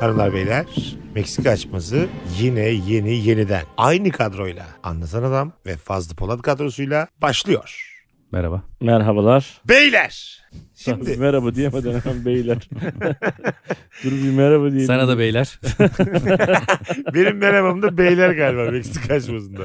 Hanımlar beyler Meksika açması yine yeni yeniden aynı kadroyla anlatan adam ve Fazlı Polat kadrosuyla başlıyor. Merhaba. Merhabalar. Beyler şimdi Merhaba diyemeden hemen beyler. Dur bir merhaba diyelim. Sana da beyler. benim merhabam da beyler galiba Meksika açmasında.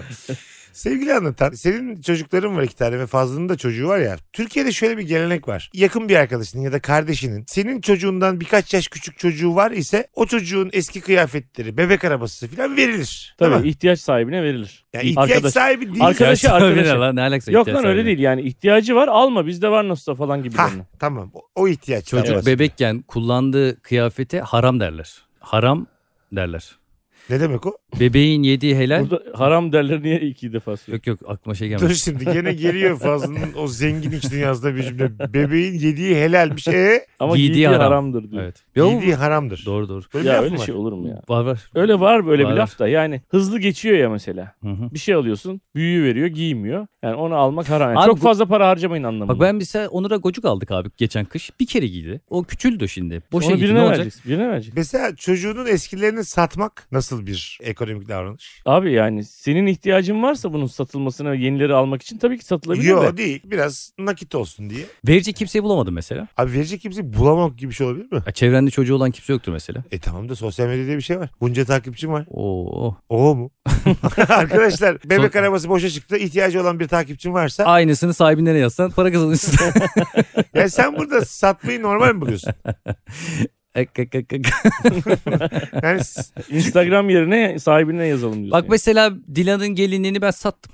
Sevgili anlatan senin çocukların var iki tane ve Fazlı'nın da çocuğu var ya. Türkiye'de şöyle bir gelenek var. Yakın bir arkadaşının ya da kardeşinin senin çocuğundan birkaç yaş küçük çocuğu var ise o çocuğun eski kıyafetleri, bebek arabası falan verilir. Değil mi? Tabii ihtiyaç sahibine verilir. Yani ihtiyaç Arkadaş- sahibi değil. Arkadaş- Arkadaşı, İhtiyaç arkadaşı. sahibine lan, Ne alakası Yok ihtiyaç lan öyle sahibine? değil yani ihtiyacı var alma bizde var nasılsa falan gibi. Ha yani. tamam o, o ihtiyaç. Çocuk Evet. bebekken kullandığı kıyafete haram derler. Haram derler. Ne demek o? Bebeğin yediği helal. Burada haram derler niye iki defa söylüyor? Yok yok aklıma şey Dur gelmedi. şimdi gene geliyor Fazlı'nın o zengin iç dünyasında bir cümle. Bebeğin yediği helalmiş. E, Ama Giydiği giydiği, haram. haramdır diyor. Evet. Yok, yediği haramdır. Doğru doğru. Böyle bir Ya laf öyle mı var? şey olur mu ya? Var var. Öyle var böyle Var. bir laf da yani hızlı geçiyor ya mesela. Hı hı. Bir şey alıyorsun büyüğü veriyor giymiyor. Yani onu almak haram. Yani Abi çok bu- fazla para harcamayın anlamında. Bak ben mesela Onur'a gocuk aldık abi geçen kış. Bir kere giydi. O küçüldü şimdi. Boşa Onu gitti birine ne olacak? vereceksin. Birine vereceksin. Mesela çocuğunun eskilerini satmak nasıl bir ekonomik davranış? Abi yani senin ihtiyacın varsa bunun satılmasına yenileri almak için tabii ki satılabilir de. Yok değil. Biraz nakit olsun diye. Verici kimseyi bulamadım mesela. Abi verecek kimseyi bulamak gibi bir şey olabilir mi? Ya Çevrende çocuğu olan kimse yoktur mesela. E tamam da sosyal medyada bir şey var. Bunca takipçim var. Oo. Oo mu? Arkadaşlar bebek Son- arabası boşa çıktı. İhtiyacı olan bir takipçim varsa Aynısını sahibinden yazsan para kazanırsın. Ya sen burada satmayı normal mi buluyorsun? Ak, ak, ak, ak. Yani s- Instagram yerine sahibine yazalım diyorsun. Bak mesela Dilan'ın gelinliğini ben sattım.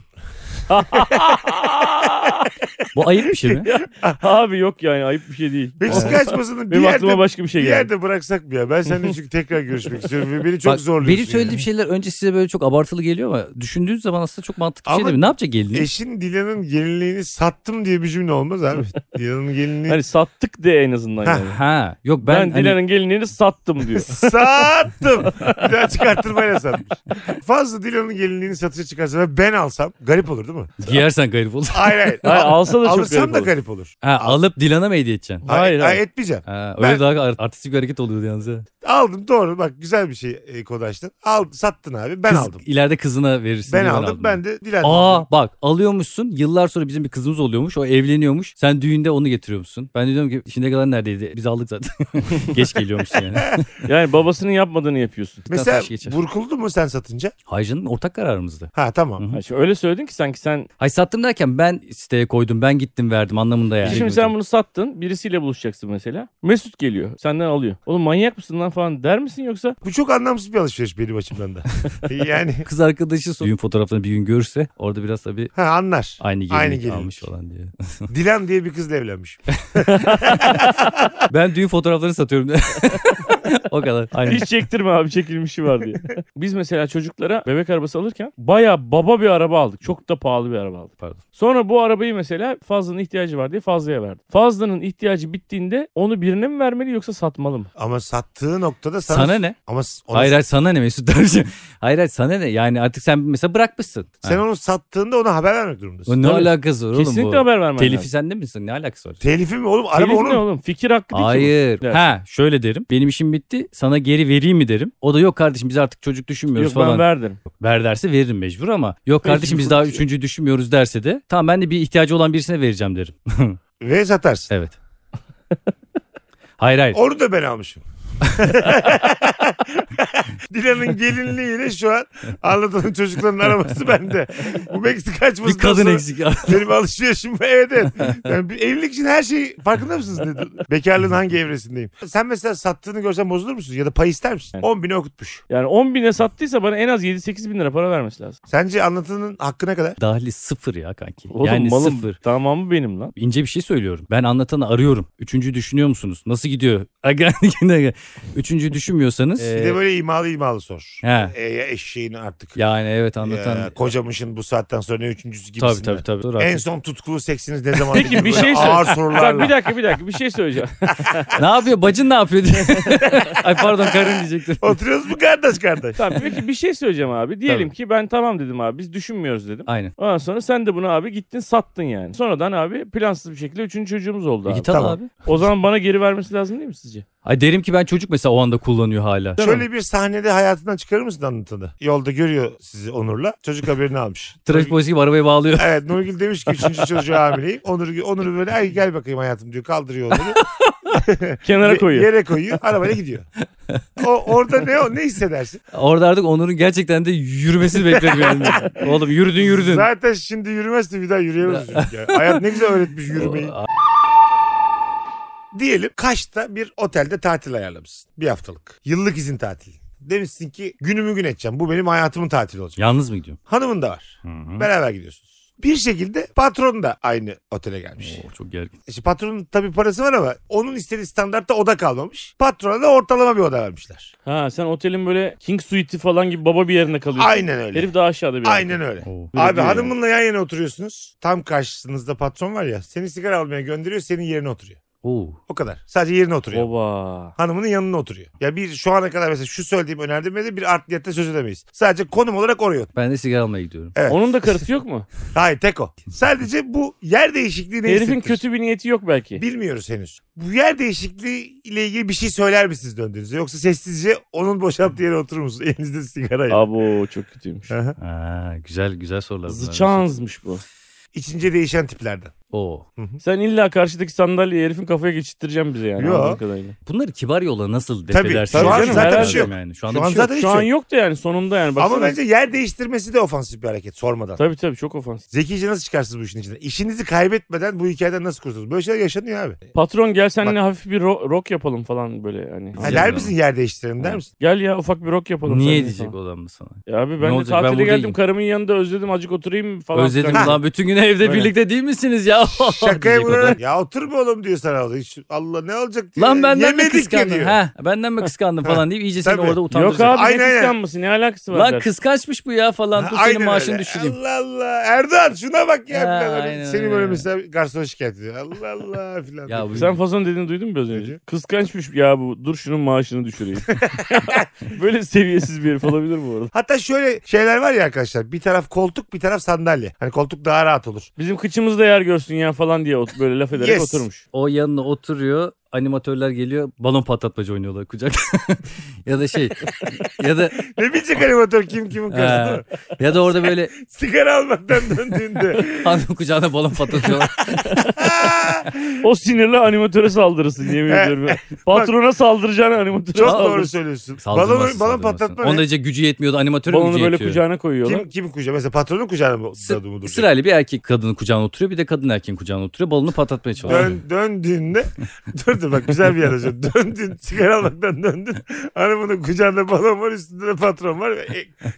Bu ayıp bir şey mi? yani. Abi yok yani ayıp bir şey değil. Meksika açmasının bir Benim aklıma yerde, başka bir şey bir geldi. yerde bıraksak mı ya? Ben seninle çünkü tekrar görüşmek istiyorum. ve Beni çok Bak, zorluyorsun. Benim yani. söylediğim şeyler önce size böyle çok abartılı geliyor ama düşündüğünüz zaman aslında çok mantıklı bir şey Ama değil mi? Ne yapacak gelinliği? Eşin Dilan'ın gelinliğini sattım diye bir cümle olmaz abi. Dilan'ın gelinliği Hani sattık de en azından yani. Ha, yok ben, Ben, hani- Dilan'ın gelinliğini sattım diyor. sattım. Bir daha çıkarttırmayla satmış. Fazla Dilan'ın gelinliğini satışa çıkarsa ve ben alsam garip olur değil mi? giyersen garip olur. Hayır hayır. Hayır, alsa da çok Alırsam garip da olur. garip olur. Ha, alıp Dilan'a mı hediye edeceksin? Hayır, hayır. Hayır, hayır. etmeyeceğim. Ha, öyle Ben- daha art- artistik bir hareket oluyordu yalnız. ya. Aldım doğru bak güzel bir şey e, kodaştın. Al, sattın abi ben Kız, aldım. İleride kızına verirsin. Ben diye aldım ben de Dilan'dan aldım. Aa bak alıyormuşsun yıllar sonra bizim bir kızımız oluyormuş o evleniyormuş sen düğünde onu getiriyormuşsun. Ben de diyorum ki şimdiye kadar neredeydi biz aldık zaten geç geliyormuşsun yani. Yani babasının yapmadığını yapıyorsun. Mesela taş geçer. burkuldu mu sen satınca? Hayır canım ortak kararımızdı. Ha tamam. Hı. Ha, şimdi öyle söyledin ki sanki sen Hayır sattım derken ben siteye koydum ben gittim verdim anlamında yani. şimdi sen bunu sattın birisiyle buluşacaksın mesela. Mesut geliyor senden alıyor. Oğlum manyak mısın lan falan der misin yoksa Bu çok anlamsız bir alışveriş benim açımdan da. yani Kız arkadaşı son- düğün fotoğraflarını bir gün görürse orada biraz tabii ha anlar. aynı Aynı gelinlik gelinlik. almış falan diye. Dilan diye bir kızla evlenmiş. Ben düğün fotoğraflarını satıyorum. o kadar. Aynı. Hiç çektirme abi çekilmişi var diye. Biz mesela çocuklara bebek arabası alırken baya baba bir araba aldık. Çok da pahalı bir araba aldık. Pardon. Sonra bu arabayı mesela Fazlı'nın ihtiyacı var diye Fazlı'ya verdim. Fazlı'nın ihtiyacı bittiğinde onu birine mi vermeli yoksa satmalı mı? Ama sattığı noktada sana... Sana ne? Ama s- ona- Hayır hayır sana ne Mesut Darıcı? Hayır hayır sana ne? Yani artık sen mesela bırakmışsın. sen Ha. onu sattığında ona haber vermek durumundasın. O ne Tabii. alakası var oğlum Kesinlikle bu? haber vermen Telifi lazım. sende misin? Ne alakası var? Telifi mi oğlum? Araba Telif onun. ne oğlum? Fikir hakkı değil ki bu. Hayır. Evet. Ha şöyle derim. Benim işim bitti. Sana geri vereyim mi derim. O da yok kardeşim biz artık çocuk düşünmüyoruz Yok falan. ben verdim. Ver derse veririm mecbur ama yok Mecbur. kardeşim biz daha üçüncüyü düşünmüyoruz derse de tamam ben de bir ihtiyacı olan birisine vereceğim derim. Ve satarsın. Evet. hayır hayır. Onu da ben almışım. Dilan'ın gelinliğiyle şu an anlatılan çocukların arabası bende. Bu Meksika açması. Bir kadın eksik. Benim alışverişim bu. evet evet. Yani bir evlilik için her şey farkında mısınız? Ne- Bekarlığın hangi evresindeyim? Sen mesela sattığını görsen bozulur musun? Ya da pay ister misin? 10 bini okutmuş. Yani 10 bine sattıysa bana en az 7-8 bin lira para vermesi lazım. Sence anlatanın hakkı ne kadar? Dahli sıfır ya kanki. Oğlum yani malım sıfır. tamamı benim lan. İnce bir şey söylüyorum. Ben anlatanı arıyorum. Üçüncü düşünüyor musunuz? Nasıl gidiyor? Aga, aga. Üçüncü düşünmüyorsanız. Bir de böyle imalı imalı sor. He. E, ya eşeğin artık. Yani evet anlatan. Ya, kocamışın bu saatten sonra ne üçüncüsü gibisinden. tabii tabii tabii. Dur En artık. son tutkulu seksiniz ne zaman? Peki, dedi? bir Böyle şey söyle. Ağır Bak bir sorularla. dakika bir dakika bir şey söyleyeceğim. ne yapıyor? Bacın ne yapıyor diye. Ay pardon karın diyecektim. Oturuyoruz mu kardeş kardeş? tamam peki bir şey söyleyeceğim abi. Diyelim Tabii. ki ben tamam dedim abi biz düşünmüyoruz dedim. Aynen. Ondan sonra sen de bunu abi gittin sattın yani. Sonradan abi plansız bir şekilde üçüncü çocuğumuz oldu E abi. git al tamam. abi. O zaman bana geri vermesi lazım değil mi sizce? Ay derim ki ben çocuk mesela o anda kullanıyor hala. Değil mi? Şöyle bir sahnede hayatından çıkarır mısın anlatanı? Yolda görüyor sizi Onur'la. Çocuk haberini almış. Trafik polisi gibi arabaya bağlıyor. Evet Nurgül demiş ki üçüncü çocuğa hamileyim. Onur, Onur'u böyle ay gel bakayım hayatım diyor. Kaldırıyor Onur'u. Kenara Ve- koyuyor. Yere koyuyor. Arabayla gidiyor. O, orada ne o ne hissedersin? Orada artık Onur'un gerçekten de yürümesini bekledim yani. Oğlum yürüdün yürüdün. Zaten şimdi yürümezsin bir daha yürüyemez çocuk ya. Hayat ne güzel öğretmiş yürümeyi. O- Diyelim Kaş'ta bir otelde tatil ayarlamışsın. Bir haftalık. Yıllık izin tatili. Demişsin ki günümü gün edeceğim. Bu benim hayatımın tatili olacak. Yalnız mı gidiyorum? Hanımın da var. Beraber gidiyorsunuz. Bir şekilde patron da aynı otele gelmiş. Oo, çok gergin. İşte E patronun tabii parası var ama onun istediği standartta oda kalmamış. Patrona da ortalama bir oda vermişler. Ha sen otelin böyle King Suite'i falan gibi baba bir yerine kalıyorsun. Aynen öyle. Herif daha aşağıda bir yerde. Aynen öyle. Oo. Böyle Abi diyor yani. hanımınla yan yana oturuyorsunuz. Tam karşısınızda patron var ya. Seni sigara almaya gönderiyor senin yerine oturuyor. Oo. O kadar. Sadece yerine oturuyor. Baba. Hanımının yanına oturuyor. Ya bir şu ana kadar mesela şu söylediğim önerdirmede bir art niyette söz edemeyiz. Sadece konum olarak oraya otur. Ben de sigara almaya gidiyorum. Evet. Onun da karısı yok mu? Hayır tek o. Sadece bu yer değişikliği ne Herifin hissettir? kötü bir niyeti yok belki. Bilmiyoruz henüz. Bu yer değişikliği ile ilgili bir şey söyler misiniz döndüğünüzde? Yoksa sessizce onun boşalttığı yere oturur musunuz? Elinizde sigarayla. Abo çok kötüymüş. Aha. Aa, güzel güzel sorular. bunlar. Zıçağınızmış bu. İçince değişen tiplerden. Oo. Sen illa karşıdaki sandalyeyi herifin kafaya geçirttireceksin bize yani. Yo. anladığım kadarıyla. Bunları kibar yolla nasıl Tabii, defedersin? tabii Yani canım, zaten merak bir şey ediyorum Yani. Şu anda Şu bir an şey yok. zaten hiç Şu an yok. yok da yani sonunda yani. Baksana. Ama bence yer değiştirmesi de ofansif bir hareket sormadan. Tabii tabii çok ofansif. Zekice nasıl çıkarsınız bu işin içinden? İşinizi kaybetmeden bu hikayeden nasıl kurtulursunuz? Böyle şeyler yaşanıyor abi. Patron gel seninle hafif bir ro- rock yapalım falan böyle hani. Ha, Güzel der yani. misin yer değiştirelim der misin? Gel ya ufak bir şey rock yapalım. Niye seninle diyecek falan. o adam sana? Ya abi Ne ben de olacak? Ben tatile buradayım. geldim karımın yanında özledim acık oturayım falan. Özledim filan. lan bütün gün evde Böyle. birlikte değil misiniz ya? Şakaya diyecek o vurarak adam. ya oturma oğlum diyor sana. o da. Hiç, Allah ne olacak diyor. Lan benden mi Yemedik ya kıskandın? diyor. Ha, benden mi kıskandın falan deyip iyice seni Tabii. orada Yok utandıracak. abi Aynen, ne aynen. kıskanması ne alakası var? Lan der. kıskaçmış bu ya falan. Dur Aynen senin maaşını öyle. düşüreyim. Allah Allah. Erdoğan şuna bak ya. Hani Ha, falan. aynen Seni öyle. böyle mesela garsona şikayet ediyor. Allah Allah filan. Ya bu- Sen fason dediğini duydun mu biraz önce? Duydum. Kıskançmış ya bu. Dur şunun maaşını düşüreyim. Böyle seviyesiz bir herif olabilir mi bu arada? Hatta şöyle şeyler var ya arkadaşlar. Bir taraf koltuk bir taraf sandalye. Hani koltuk daha rahat olur. Bizim kıçımızda yer görsün ya falan diye ot- böyle laf ederek Yes. oturmuş. O yanına oturuyor. Animatörler geliyor. Balon patlatmacı oynuyorlar kucak. ya da şey ya da Ne bilecek animatör kim kimin karısı değil mi? e, ya da orada böyle Sigara almaktan döndüğünde. hanım kucağına balon patlatıyorlar. O sinirli animatöre saldırırsın yemin He. ediyorum. Patrona saldıracağını animatöre Çok saldırırsın. doğru söylüyorsun. Saldırması, Balon, balon saldırması. patlatma Onun ne? derece gücü yetmiyordu. Animatörün Balonu gücü böyle yetiyor. kucağına koyuyorlar. Kim, kimin kucağına? Mesela patronun kucağına mı? Sı- dadı mı duracak? Sırayla bir erkek kadının kucağına oturuyor bir de kadın erkeğin kucağına oturuyor balonu patlatmaya çalışıyor. Dön, döndüğünde dur dur bak güzel bir yer hocam. Döndün sigara almaktan döndün. Arabanın kucağında balon var üstünde de patron var. E,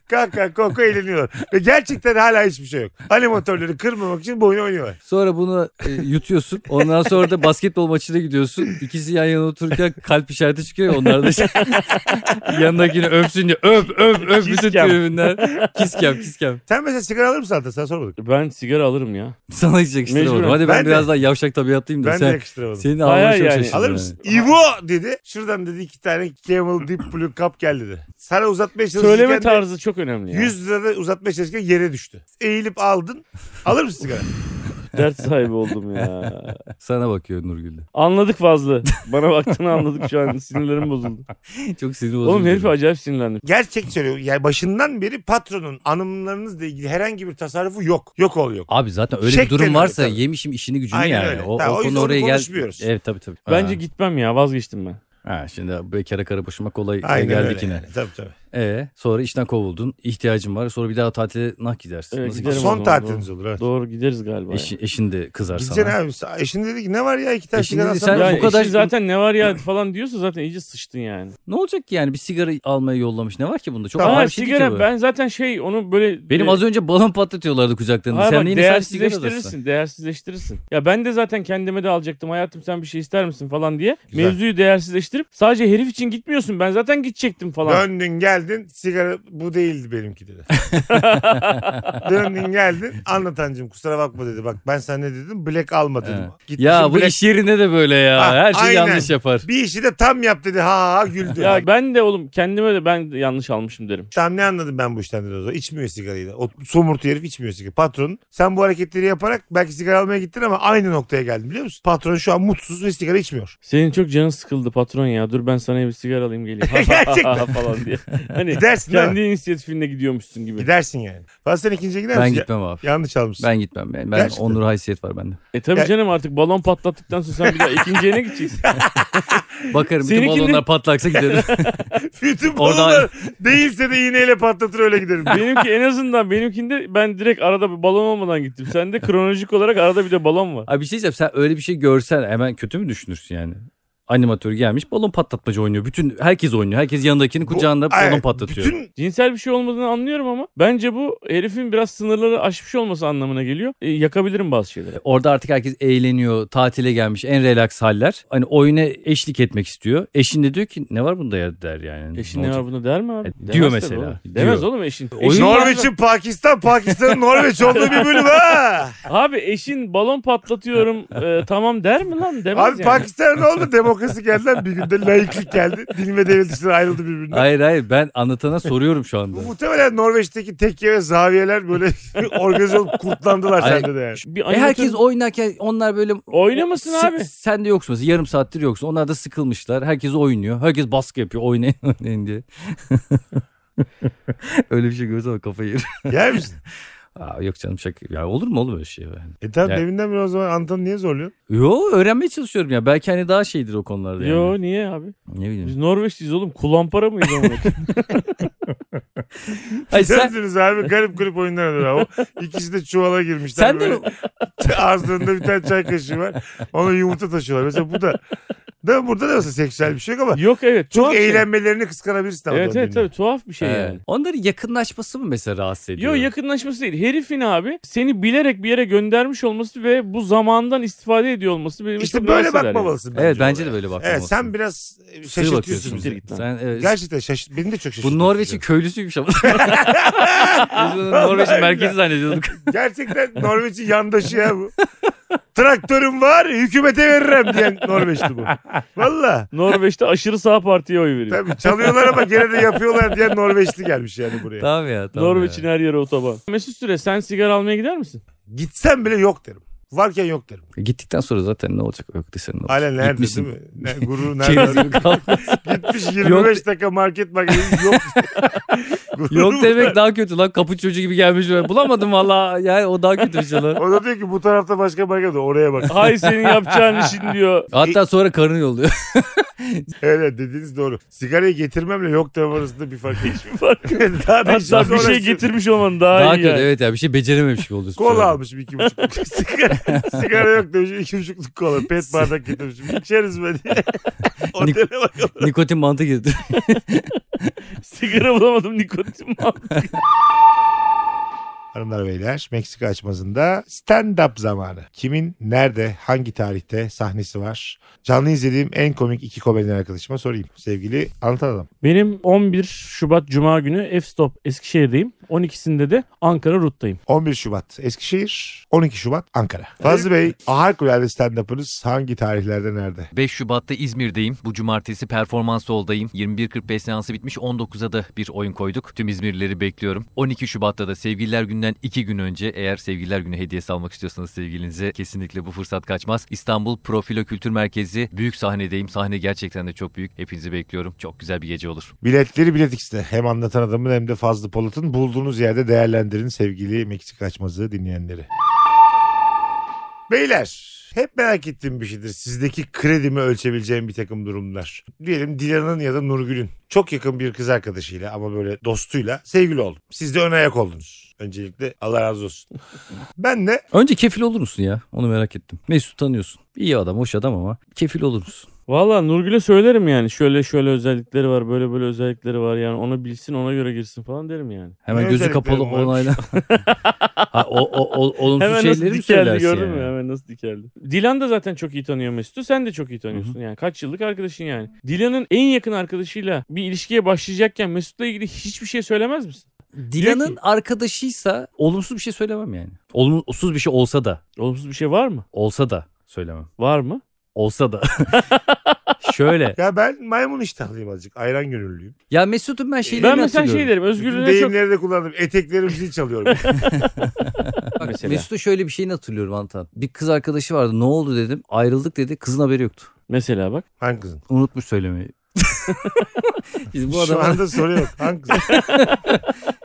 kaka koko eğleniyorlar. Ve gerçekten hala hiçbir şey yok. Animatörleri kırmamak için bu oyunu oynuyorlar. Sonra bunu e, yutuyorsun. Ondan sonra da basketbol maçına gidiyorsun. İkisi yan yana otururken kalp işareti çıkıyor. ya, Onlar da şey, yanındakini öpsün diye öp öp öp bütün Kiskem. tribünler. Kiskem kiskem. Sen mesela sigara alır mısın hatta sen sormadık. Ben sigara alırım ya. Sana hiç yakıştıramadım. Mecburen. Hadi ben, Ben de- biraz daha yavşak tabiatlıyım da Ben de sen. yakıştıramadım. Senin Hayır, ağzına çok yani. şaşırdım. Alır yani. mısın? İvo dedi. Şuradan dedi iki tane Camel Deep Blue Cup gel dedi. Sana uzatmaya çalışırken Söyleme de tarzı çok önemli ya. 100 lirada uzatmaya çalışırken yere düştü. Eğilip aldın. Alır mısın sigara? Dert sahibi oldum ya. Sana bakıyor Nurgül de. Anladık fazla. Bana baktığını anladık şu an. Sinirlerim bozuldu. Çok sinir bozucu. Oğlum herif durum. acayip sinirlendim. Gerçek söylüyorum. Yani başından beri patronun anımlarınızla ilgili herhangi bir tasarrufu yok. Yok ol yok. Abi zaten öyle bir Şek durum deniyor varsa tabii. yemişim işini gücünü Aynen yani. öyle. O, Ha, o o yüzden konu onu oraya gel. konuşmuyoruz. Evet tabii tabii. Bence Ha. gitmem ya vazgeçtim ben. Ha, şimdi bekara kara başıma kolay Aynen geldik öyle. yine. yani. Tabii tabii. Ee, sonra işten kovuldun. İhtiyacın var. Sonra bir daha tatile nah gidersin. Evet, Nasıl giderim gidersin? o Son zaman, tatiliniz olur. Evet. Doğru gideriz galiba. ya. Eşi- eşin de kızar Gideceksin sana. abi. Eşin dedi ki ne var ya iki tane Eşin sigara dedi, alsana. sen- Ya Bu bu kadar- kadar zaten ne var ya falan diyorsa zaten iyice sıçtın yani. Ne olacak ki yani? Bir sigara almaya yollamış. Ne var ki bunda? Çok Tamam, ağır Aa, bir şey değil ki sigara bu. ben zaten şey onu böyle Benim az önce balon patlatıyorlardı kucaklarında. Hayır Sen bak, yine sen sigara alırsın. değersizleştirirsin, değersizleştirirsin. Ya ben de zaten kendime de alacaktım. Hayatım sen bir şey ister misin falan diye. Güzel. Mevzuyu değersizleştirip sadece herif için gitmiyorsun. Ben zaten gidecektim falan. Döndün geldin geldin sigara bu değildi benimki dedi. Döndün geldin anlatancım kusura bakma dedi. Bak ben sana ne dedim black alma dedim. Evet. Gitmişim Ya bu black- iş yerinde de böyle ya. Ha, Her şeyi Ah, aynen. yanlış yapar. Bir işi de tam yap dedi ha ha güldü. Ya ben de oğlum kendime de ben de yanlış almışım derim. Tam ne anladım ben bu işten dedi o zaman. İçmiyor sigarayı da. O somurtu herif içmiyor sigara. Patron sen bu hareketleri yaparak belki sigara almaya gittin ama aynı noktaya geldin biliyor musun? Patron şu an mutsuz ve sigara içmiyor. Senin çok canın sıkıldı patron ya. Dur ben sana bir sigara alayım geleyim. Gerçekten. falan diye. Hani Gidersin değil mi? kendi inisiyatifinle gidiyormuşsun gibi. Gidersin yani. Falan sen ikinciye gider Ben misin? gitmem abi. Ya- Yanlış almışsın. Ben gitmem yani. Ben Gerçekten. onur haysiyet var bende. E tabii Ya- canım artık balon patlattıktan sonra sen bir daha ikinciye ne gideceksin? Bakarım bütün Seninkini- balonlar patlaksa giderim. Bütün Orada- balonlar değilse de iğneyle patlatır öyle giderim. benimki en azından benimkinde ben direkt arada bir balon olmadan gittim. Sende kronolojik olarak arada bir de balon var. abi bir şey diyeceğim. Sen öyle bir şey görsen hemen kötü mü düşünürsün yani? Animatör gelmiş balon patlatmacı oynuyor. Bütün herkes oynuyor. Herkes yanındakinin Bu- kucağında Evet, balon patlatıyor. Bütün Cinsel bir şey olmadığını anlıyorum ama bence bu herifin biraz sınırları aşmış olması anlamına geliyor. E, yakabilirim bazı şeyleri. Orada artık herkes eğleniyor, tatile gelmiş, en relax haller. Hani oyuna eşlik etmek istiyor. Eşin de diyor ki ne var bunda ya der yani. Eşin Ne ne var olacak? buna der mi abi? E, Demez diyor tabii mesela. oğlum. Diyor. Demez oğlum eşin. Eşin- Norveç'in Pakistan, Pakistan'ın Norveç olduğu bir bölüm ha. Abi eşin balon patlatıyorum e, tamam der mi lan? Demez Abi yani. Pakistan ne oldu? Demokrasi geldi lan bir günde laiklik geldi. Din ve devlet işleri ayrıldı birbirinden. Hayır hayır ben anlatana soruyorum şu anda. Bu muhtemelen Norveç'teki tekke ve zaviyeler böyle organize olup kurtlandılar Ay- sende de yani. Bir E animatör- herkes oynarken onlar böyle Oynamasın S- abi. Sen de yoksun mesela yarım saattir yoksun. Onlar da sıkılmışlar. Herkes oynuyor. Herkes baskı yapıyor oynayın oynayın diye. Öyle bir şey görürsem kafayı yerim. Yer misin? Aa, yok canım şaka. Ya olur mu oğlum öyle şey? Yani. E tamam Ya- deminden beri o zaman Anton'u niye zorluyorsun? Yo öğrenmeye çalışıyorum ya. Belki hani daha şeydir o konularda yani. Yo niye abi? Ne bileyim. Biz Norveçliyiz oğlum. Kulampara mıyız ama? Hayır, E sen, Gördünüz abi garip garip oyunlar oynuyorlar. O ikisi de çuvala girmişler. sen de Böyle mi? Ağızlarında bir tane çay kaşığı var. Ona yumurta taşıyorlar. Mesela bu da değil mi? burada da mesela seksüel bir şey yok ama Yok evet. çok tuhaf şey. eğlenmelerini kıskanabilirsin. ama Evet evet döndüğünde. tabii tuhaf bir şey He. yani. Onların yakınlaşması mı mesela rahatsız ediyor? Yo yakınlaşması değil. Herifin abi seni bilerek bir yere göndermiş olması ve bu zamandan istifade ediyor olması benim İşte çok böyle rahatsız eder yani. bakmamalısın. Evet bence oraya. de böyle bakmamalısın. Evet sen biraz Sığ şaşırtıyorsun bakıyorsun. bizi. bizi. Sen, evet, Gerçekten şaşırt. Beni de çok şaşırtıyorsun. Bu Norveç'in köylüsüymüş ama. Biz bunu Vallahi Norveç'in merkezi zannediyorduk. Gerçekten Norveç'in yandaşı ya bu. Traktörüm var hükümete veririm diyen Norveçli bu. Valla. Norveç'te aşırı sağ partiye oy veriyor. Tabii çalıyorlar ama gene de yapıyorlar diyen Norveçli gelmiş yani buraya. tamam ya tamam Norveç'in ya. her yeri otoban. Mesut Süre sen sigara almaya gider misin? Gitsem bile yok derim. Varken yok derim. Gittikten sonra zaten ne olacak? Yok desen ne olacak? Şey Hala nerede Gitmişsin. değil mi? Ne, gurur nerede? Çeyizin kaldı. Gitmiş 25 dakika market market yok. Gurur Yok bu. demek daha kötü lan. Kapı çocuğu gibi gelmiş. böyle. Bulamadım valla. Yani o daha kötü bir şey lan. O da diyor ki bu tarafta başka market var oraya bak. Hay senin yapacağın işin diyor. Hatta sonra karını yolluyor. Evet evet, dediğiniz doğru. Sigarayı getirmemle yok demem arasında bir fark yok. Hiçbir fark yok. daha da işin Hatta bir şey sonrası- getirmiş olman daha, daha iyi. kötü yani. evet ya. Bir şey becerememiş gibi oluyorsun. Kola sonra. almışım iki buçukluk. sigara, sigara yok demişim iki buçukluk kola. Pet bardak getirmişim. İçeriz be diye. Otele bakalım. Nikotin mantı girdi. Sigara bulamadım nikotin mi aldım? Hanımlar beyler Meksika açmazında stand-up zamanı. Kimin nerede hangi tarihte sahnesi var? Canlı izlediğim en komik iki komedyen arkadaşıma sorayım. Sevgili anlatan adam. Benim 11 Şubat Cuma günü F-Stop Eskişehir'deyim. 12'sinde de Ankara Rut'tayım. 11 Şubat Eskişehir, 12 Şubat Ankara. Fazlı Bey harikulade stand-up'ınız hangi tarihlerde nerede? 5 Şubat'ta İzmir'deyim. Bu cumartesi performans holdayım. 21.45 seansı bitmiş 19'a da bir oyun koyduk. Tüm İzmirlileri bekliyorum. 12 Şubat'ta da Sevgililer Günü'nden 2 gün önce eğer Sevgililer Günü hediyesi almak istiyorsanız sevgilinize kesinlikle bu fırsat kaçmaz. İstanbul Profilo Kültür Merkezi büyük sahnedeyim. Sahne gerçekten de çok büyük. Hepinizi bekliyorum. Çok güzel bir gece olur. Biletleri Bilet X'te. Hem anlatan adamın hem de Fazlı Polat'ın bulduğunuz yerde değerlendirin sevgili Meksika açmazı dinleyenleri. Beyler hep merak ettiğim bir şeydir. Sizdeki kredimi ölçebileceğim bir takım durumlar. Diyelim Dilan'ın ya da Nurgül'ün çok yakın bir kız arkadaşıyla ama böyle dostuyla sevgili oldum. Siz de ön ayak oldunuz. Öncelikle Allah razı olsun. Ben de Önce kefil olur musun ya? Onu merak ettim. Mesut tanıyorsun. İyi adam, hoş adam ama kefil olur musun? Valla Nurgül'e söylerim yani. Şöyle şöyle özellikleri var, böyle böyle özellikleri var. Yani onu bilsin, ona göre girsin falan derim yani. Hemen Ne gözü kapalı özelliklerim var? onayla. ha, o, o, o, olumsuz Hemen nasıl şeyleri mi dikeldi söylersin gördün yani? mü? Hemen nasıl dikeldi. Dilan da zaten çok iyi tanıyor Mesut'u. Sen de çok iyi tanıyorsun. Yani kaç yıllık arkadaşın yani. Dilan'ın en yakın arkadaşıyla bir ilişkiye başlayacakken Mesut'la ilgili hiçbir şey söylemez misin? Diyor Dilan'ın arkadaşıysa olumsuz bir şey söylemem yani. Olumsuz bir şey olsa da. Olumsuz bir şey var mı? Olsa da söylemem. Var mı? Olsa da. Şöyle. Ya ben maymun iştahlıyım azıcık. Ayran gönüllüyüm. Ya Mesut'un ben şeylerini ben mesela şey hatırlıyorum. derim. Bütün Özgürlüğüne çok... deyimleri de kullandım. Eteklerim zil çalıyorum. Bak, mesela. Mesut'un şöyle bir şeyini hatırlıyorum Antan. Bir kız arkadaşı vardı. Ne oldu dedim. Ayrıldık dedi. Kızın haberi yoktu. Mesela bak. Hangi kızın? Unutmuş söylemeyi. Şimdi bu Şu adama, anda soru yok. Hangi kızın?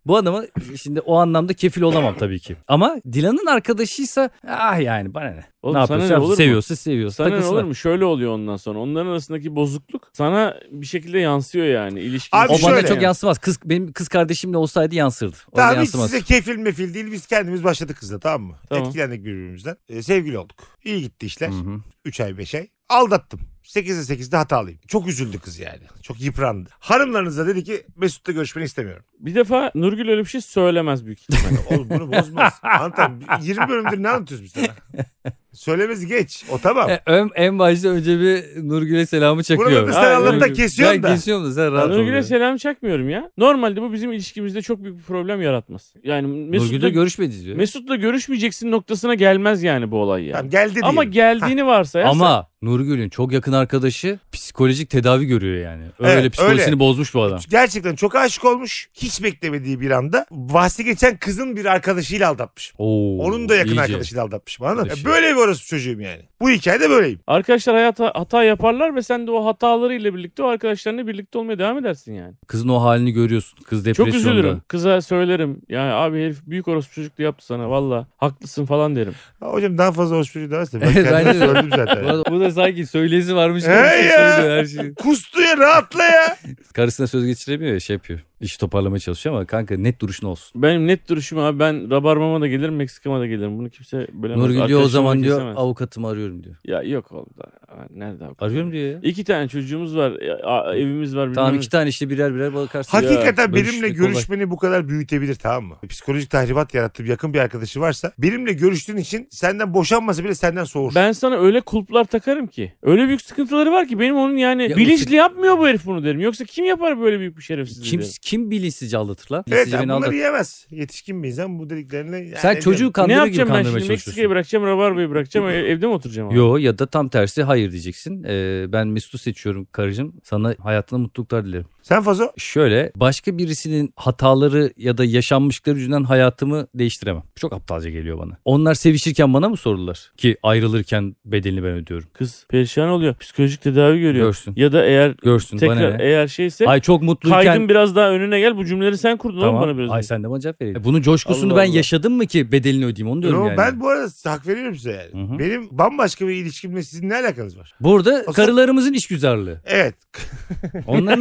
bu adama şimdi o anlamda kefil olamam tabii ki. Ama Dilan'ın arkadaşıysa ah yani bana ne. Oğlum ne sana yapıyorsa ne olur mu? yapsın. seviyorsa seviyorsa. Sana ne takılsınlar. olur mu? Şöyle oluyor ondan sonra. Onların arasındaki bozukluk sana bir şekilde yansıyor yani. İlişki. Abi O bana Şöyle çok yani. yansımaz. Kız benim kız kardeşimle olsaydı yansırdı. O Tamam hiç yansımaz. size kefil mefil değil. Biz kendimiz başladık kızla tamam mı? Tamam. Hmm. Etkilendik birbirimizden. Ee, sevgili olduk. İyi gitti işler. Hı hı. 3 ay 5 ay. Aldattım. 8'de 8'de hatalıyım. Çok üzüldü kız yani. Çok yıprandı. Hanımlarınıza dedi ki Mesut'la görüşmeni istemiyorum. Bir defa Nurgül öyle bir şey söylemez büyük ihtimalle. Oğlum bunu bozmaz. Anlatan 20 bölümdür ne anlatıyorsun biz sana? Söylemesi geç. O tamam. E, ön- en başta önce bir Nurgül'e selamı çakıyor. Burada da sen Hayır, anlatta Nurgül. kesiyorsun Ben da. kesiyorum da sen rahat ol. Nurgül'e yani. selam çakmıyorum ya. Normalde bu bizim ilişkimizde çok büyük bir problem yaratmaz. Yani Mesut'la, Nurgül'le görüşmedi diyor. Mesut'la görüşmeyeceksin noktasına gelmez yani bu olay ya. Tamam, geldi diyelim. Ama geldiğini varsayarsan Ama Nurgül'ün çok yakın arkadaşı psikolojik tedavi görüyor yani. Öyle Evet, psikolojisini öyle. bozmuş bu adam. Gerçekten çok aşık olmuş. Hiç beklemediği bir anda bahsi geçen kızın bir arkadaşıyla aldatmış. Oo, Onun da yakın iyice. arkadaşıyla aldatmış. Anladın? mı? Arkadaşı. Böyle bir orası çocuğum yani. Bu hikayede böyleyim. arkadaşlar hayata hata yaparlar ve sen de o hatalarıyla birlikte o arkadaşlarınla birlikte olmaya devam edersin yani. Kızın o halini görüyorsun. Kız Çok depresyonda. üzülürüm. Kıza söylerim. Yani abi herif büyük orospu çocuklu yaptı sana valla. Haklısın falan derim. Ha, hocam daha fazla hoş çocuğu demezsin. Ben Evet, kendime bence de. söyledim zaten. Bu, da, bu da sanki söyleyesi varmış gibi Hey bir şey ya! söylüyor her şeyi. Kustu ya rahatla ya. Karısına söz geçiremiyor ya şey yapıyor. İşi toparlamaya çalışıyor ama kanka net duruşun olsun. Benim net duruşum abi ben rabarmama da gelirim Meksika'ma da gelirim. Bunu kimse bilemez. Nurgül diyor o Arkadaşlarımı zaman diyor kesemez. avukatımı arıyorum diyor. Ya yok oğlum da. Aa, Nerede abi? Arıyorum diyor ya. İki tane çocuğumuz var. ya, a- Evimiz var. Tamam bilmem iki tane işte birer birer bakarsın. Hakikaten Ya, benimle görüşmek kolay. görüşmeni bu kadar büyütebilir tamam mı? Psikolojik tahribat yarattığı bir yakın bir arkadaşı varsa benimle görüştüğün için senden boşanmasa bile senden soğur. Ben sana öyle kulplar takarım ki. Öyle büyük sıkıntıları var ki benim onun yani Ya bilinçli mesela- yapmıyor bu herif bunu derim. Yoksa kim yapar böyle büyük bir şerefsizliği? Kim, derim. kim bilinçsizce aldatır lan? Evet Bilinçsizce yani beni bunları aldatır. yemez. Yetişkin bir insan bu dediklerine. yani Sen çocuğu ederim. Ne kandırır gibi yapacağım ben kandırmaya şimdi? çalışıyorsun. Meksika'yı bırakacağım, Rabarbay'ı bırakacağım, ev- evde mi oturacağım? abi? Yo ya da tam tersi hayır diyeceksin. Ee, ben Mesut'u seçiyorum karıcığım. Sana hayatına mutluluklar dilerim. Sen Fazo Şöyle başka birisinin hataları ya da yaşanmışlıkları yüzünden hayatımı değiştiremem. Çok aptalca geliyor bana. Onlar sevişirken bana mı sordular? Ki ayrılırken bedelini ben ödüyorum. Kız perişan oluyor. Psikolojik tedavi görüyor. Görsün. Ya da eğer Görsün bana tekrar ne? eğer şeyse Ay çok mutluyken... kaydın biraz daha önüne gel. Bu cümleleri sen kurdun oğlum tamam. bana biraz. Ay önce. sen de bana cevap vereyim. E, Bunun coşkusunu Allah ben Allah. yaşadım mı ki bedelini ödeyeyim onu diyorum Yo, yani. ben bu arada hak veriyorum size yani. Hı hı. Benim bambaşka bir ilişkimle sizin ne alakanız var? Burada O zaman- karılarımızın işgüzarlığı. Evet. Onların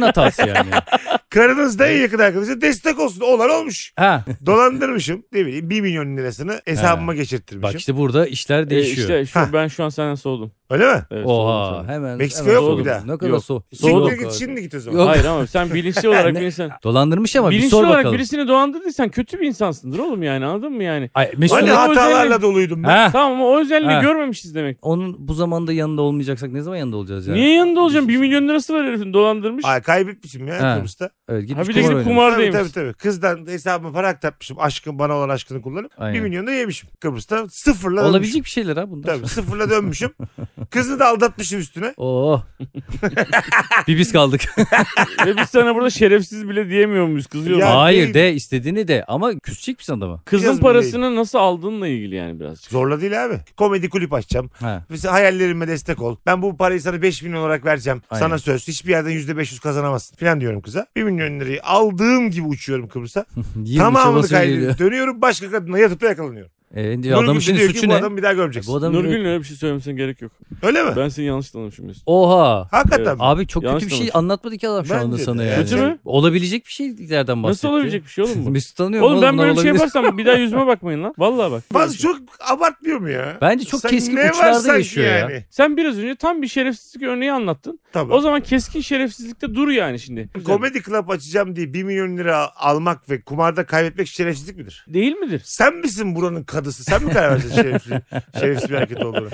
hatası yani. Karınız da en yakın arkadaşı destek olsun. Olan olmuş. ha Dolandırmışım. Ne bileyim 1 milyon lirasını hesabıma geçirttirmişim. bak işte burada işler E, değişiyor. işte şu, Hah. ben şu an senden soğudum. Öyle mi? Evet, soğudum Oha senden. hemen. Meksika hemen yok mu soğudum. bir daha? Ne kadar Yok. soğuk. Siktir Soğuk. git şimdi git o zaman. Yok. Hayır ama sen bilinçli olarak bir insan... Dolandırmış E, ama bir bilinçli sor olarak bakalım. birisini dolandırdıysan kötü bir insansındır oğlum yani anladın mı yani? Ay, Mesut Hani Sonra o hatalarla özellik- doluydum ben. Ha? Tamam ama o özelliği Ha. görmemişiz demek. Onun bu zamanda yanında olmayacaksak ne zaman yanında olacağız yani? Niye yanında olacağım? 1 milyon lirası var herifin dolandırmış. Ay kaybetmişim ya Ha. Kıbrıs'ta. Evet, gitmiş Ha bir de gidip oynamış. Tabii kumardaymış. tabii tabii. Kızdan hesabıma para aktarmışım. Aşkın bana olan aşkını kullanıp Aynen. 1 milyon da yemişim. Kıbrıs'ta sıfırla dönmüşüm. Olabilecek bir şeyler ha bundan. Tabii sıfırla dönmüşüm. Kızı da aldatmışım üstüne. Oo. Oh. bir biz kaldık. Ve biz sana burada şerefsiz bile diyemiyor muyuz? Kızıyor Ya- musun? Hayır değil. de istediğini de ama küsecek misin adama? Kızın biraz parasını nasıl aldığınla ilgili yani birazcık. Zorla değil abi. Komedi kulüp açacağım. Ha. Mesela hayallerime destek ol. Ben bu parayı sana 5 milyon olarak vereceğim. Aynen. Sana söz. Hiçbir yerden %500 kazanamazsın. Falan diyorum kıza. 1 milyon lirayı aldığım gibi uçuyorum Kıbrıs'a. Yirmi Tamamını çabası kaybediyorum. geliyor. Dönüyorum başka kadına yatıp da yakalanıyorum. E, diyor, Nurgül adamın şimdi şimdi diyor ki suçu bu ne? E, adamı bir daha görmeyeceksin. Bu adamın Nurgül'ün öyle bir şey söylemesine gerek yok. Öyle mi? Ben seni yanlış tanımışım Mesut. Oha. Hakikaten Evet. mi? Abi çok Yanlış kötü bir şey tanımışım. anlatmadı ki adam şu Bence anda de. sana yani. Kötü mü? Olabilecek bir şeylerden Nasıl bahsetti. olabilecek bir şey oğlum bu? Mesut tanıyorum Oğlum ben ondan böyle bir şey olabilir. yaparsam bir daha yüzüme bakmayın lan. Vallahi bak. Bazı çok abartmıyor mu ya? Bence çok Sen keskin ne var uçlarda sanki yaşıyor ya. Sen biraz önce tam bir şerefsizlik örneği anlattın. Tamam. O zaman keskin şerefsizlikte dur yani şimdi. Komedi club açacağım diye 1 milyon lira almak ve kumarda kaybetmek şerefsizlik midir? Değil midir? Sen misin buranın kadısı? Sen mi karar verdin şerefsiz, şerefsiz bir hareket olduğunu?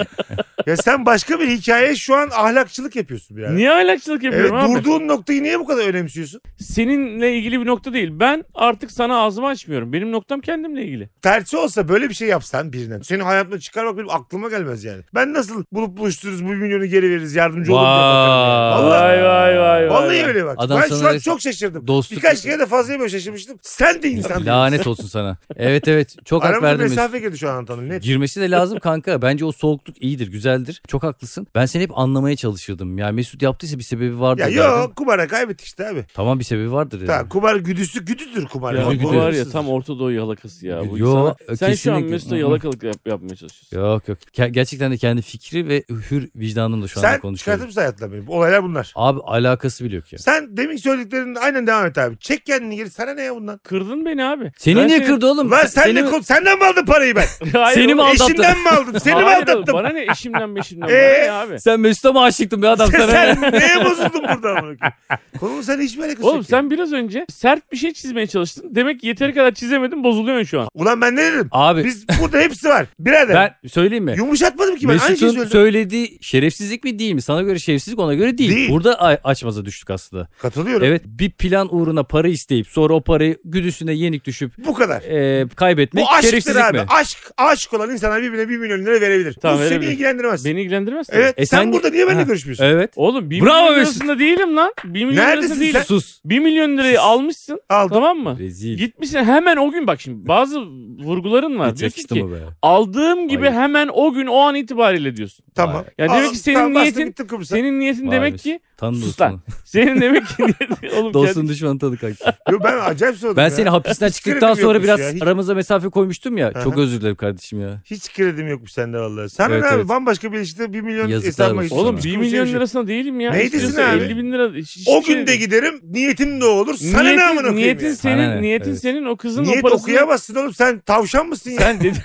Ya sen başka bir hikayeye şu an ahlakçılık yapıyorsun yani. Niye ahlakçılık Evet yapıyorum abi? durduğun noktayı niye bu kadar önemsiyorsun? Seninle ilgili bir nokta değil. Ben artık sana ağzımı açmıyorum. Benim noktam kendimle ilgili. Tersi olsa böyle bir şey yapsan birine. Senin hayatına çıkarmak benim aklıma gelmez yani. Ben nasıl bulup buluştururuz bu milyonu geri veririz yardımcı olur diye bakarım. yani. Vay. Vallahi, Vay vay vay. vay. vallahi öyle bak. Adam ben sana şu an resmen- çok şaşırdım. Dostluk. Birkaç kere de fazla böyle şaşırmıştım. Sen de insan Lanet olsun sana. Evet evet çok hak Aramızda verdim. Mesut. mesafe girdi şu an Antan'ın net. Girmesi de lazım kanka. Bence o soğukluk iyidir, güzeldir. Çok haklısın. Ben seni hep anlamaya çalışırdım. Yani Mesut yaptıysa bir sebebi vardır. Ya zaten. yok kumara kaybettik işte abi. Tamam bir sebebi vardır. Tamam kumar güdüsü güdüdür kumar. Ya Vallahi bu Güdü- var ya güdüsüz. tam Orta Doğu yalakası ya. Bu Yo, e, insana- Sen şu an kesinlikle. Mesut'a yalakalık yap- yapmaya çalışıyorsun. Yok yok. Ke- gerçekten de kendi fikri ve hür vicdanımla şu anda Sen konuşuyorum. çıkartır mısın hayatına benim? Olaylar bunlar. Abi alakası bile yok ya. Sen demin söylediklerinin aynen devam et abi. Çek kendini geri. Sana ne ya bundan? Kırdın beni abi. Seni Ben niye seni- kırdı oğlum? Lan Sen- şey- sen seni- ne kol- senden mi aldın parayı ben? Hayır Seni mi oğlum. aldattın? Eşinden mi aldın? Seni mi Hayır oğlum, aldattım? Bana ne eşimden meşimden bana Ee? ne abi? Sen Mesut'a mı aşıktın be adam sen, sana? sen neye bozuldun burada? amına koyayım? Konunun seninle hiçbir alakası Oğlum yok ya. sen biraz önce sert bir şey çizmeye çalıştın. Demek ki yeteri kadar çizemedin bozuluyorsun şu an. Ulan ben ne dedim? Abi Biz burada hepsi var. Birader. ben söyleyeyim mi? Yumuşatmadım ki ben. Aynı şeyi Mesut'un söyledim. söylediği şerefsizlik mi değil mi? Sana göre şerefsizlik ona göre değil. Değil. Burada a- açmaza düştük aslında. Katılıyorum. Evet bir plan uğruna para isteyip sonra o parayı güdüsüne yenik düşüp Bu kadar. e, kaybetmek Bu aşktır şerefsizlik abi. mi? Aşk, aşk olan insanlar birbirine 1 milyon lira verebilir. Tamam, Bu seni verebilir. ilgilendirmez. Beni ilgilendirmez. tabii. Evet. E sen, sen- burada niye benimle Ha. görüşmüyorsun? Evet. Oğlum 1 Bravo milyon Mesut. lirasında değilim lan. 1 milyon Neredesin lirasında değilim. sen? Sus. 1 milyon lirayı almışsın Aldım. tamam mı? Rezil. Gitmişsin hemen o gün bak şimdi bazı vurguların var. Hiç Diyorsun yakıştı ki mı be? aldığım gibi Hayır. hemen o gün o an itibariyle diyorsun. Tamam. Ya Al, demek ki senin tamam, bastın, niyetin- gittin Kıbrıs'a. Senin niyetin Vay demek Mesut. ki Tan Sus dostunu. lan. senin demek ki niyetin- oğlum Dostun düşmanı tanı kanka. Yo, ben acayip sordum Ben ya. seni hapisten Hiç çıktıktan kredim sonra yokmuş biraz ya, hiç- aramıza mesafe koymuştum ya. Aha. Çok özür dilerim kardeşim ya. Hiç kredim yokmuş sende vallahi. Sana Evet, ne abi evet. bambaşka bir ilişkide 1 milyon Yazıklar hesabıma olsun gitsin. sana. Oğlum Hiç 1 kimseye bir milyon şey- lirasına değilim ya. Neydesin İstiyorsa abi? 50 bin lira. hiç- O hiçbir gün de şey- giderim niyetim de o olur. Sana ne amına koyayım niyetin ya? senin, Sana ne? niyetin Evet. senin o kızın Niyet o parasını... okuyamazsın oğlum sen tavşan mısın ya? Sen dedi.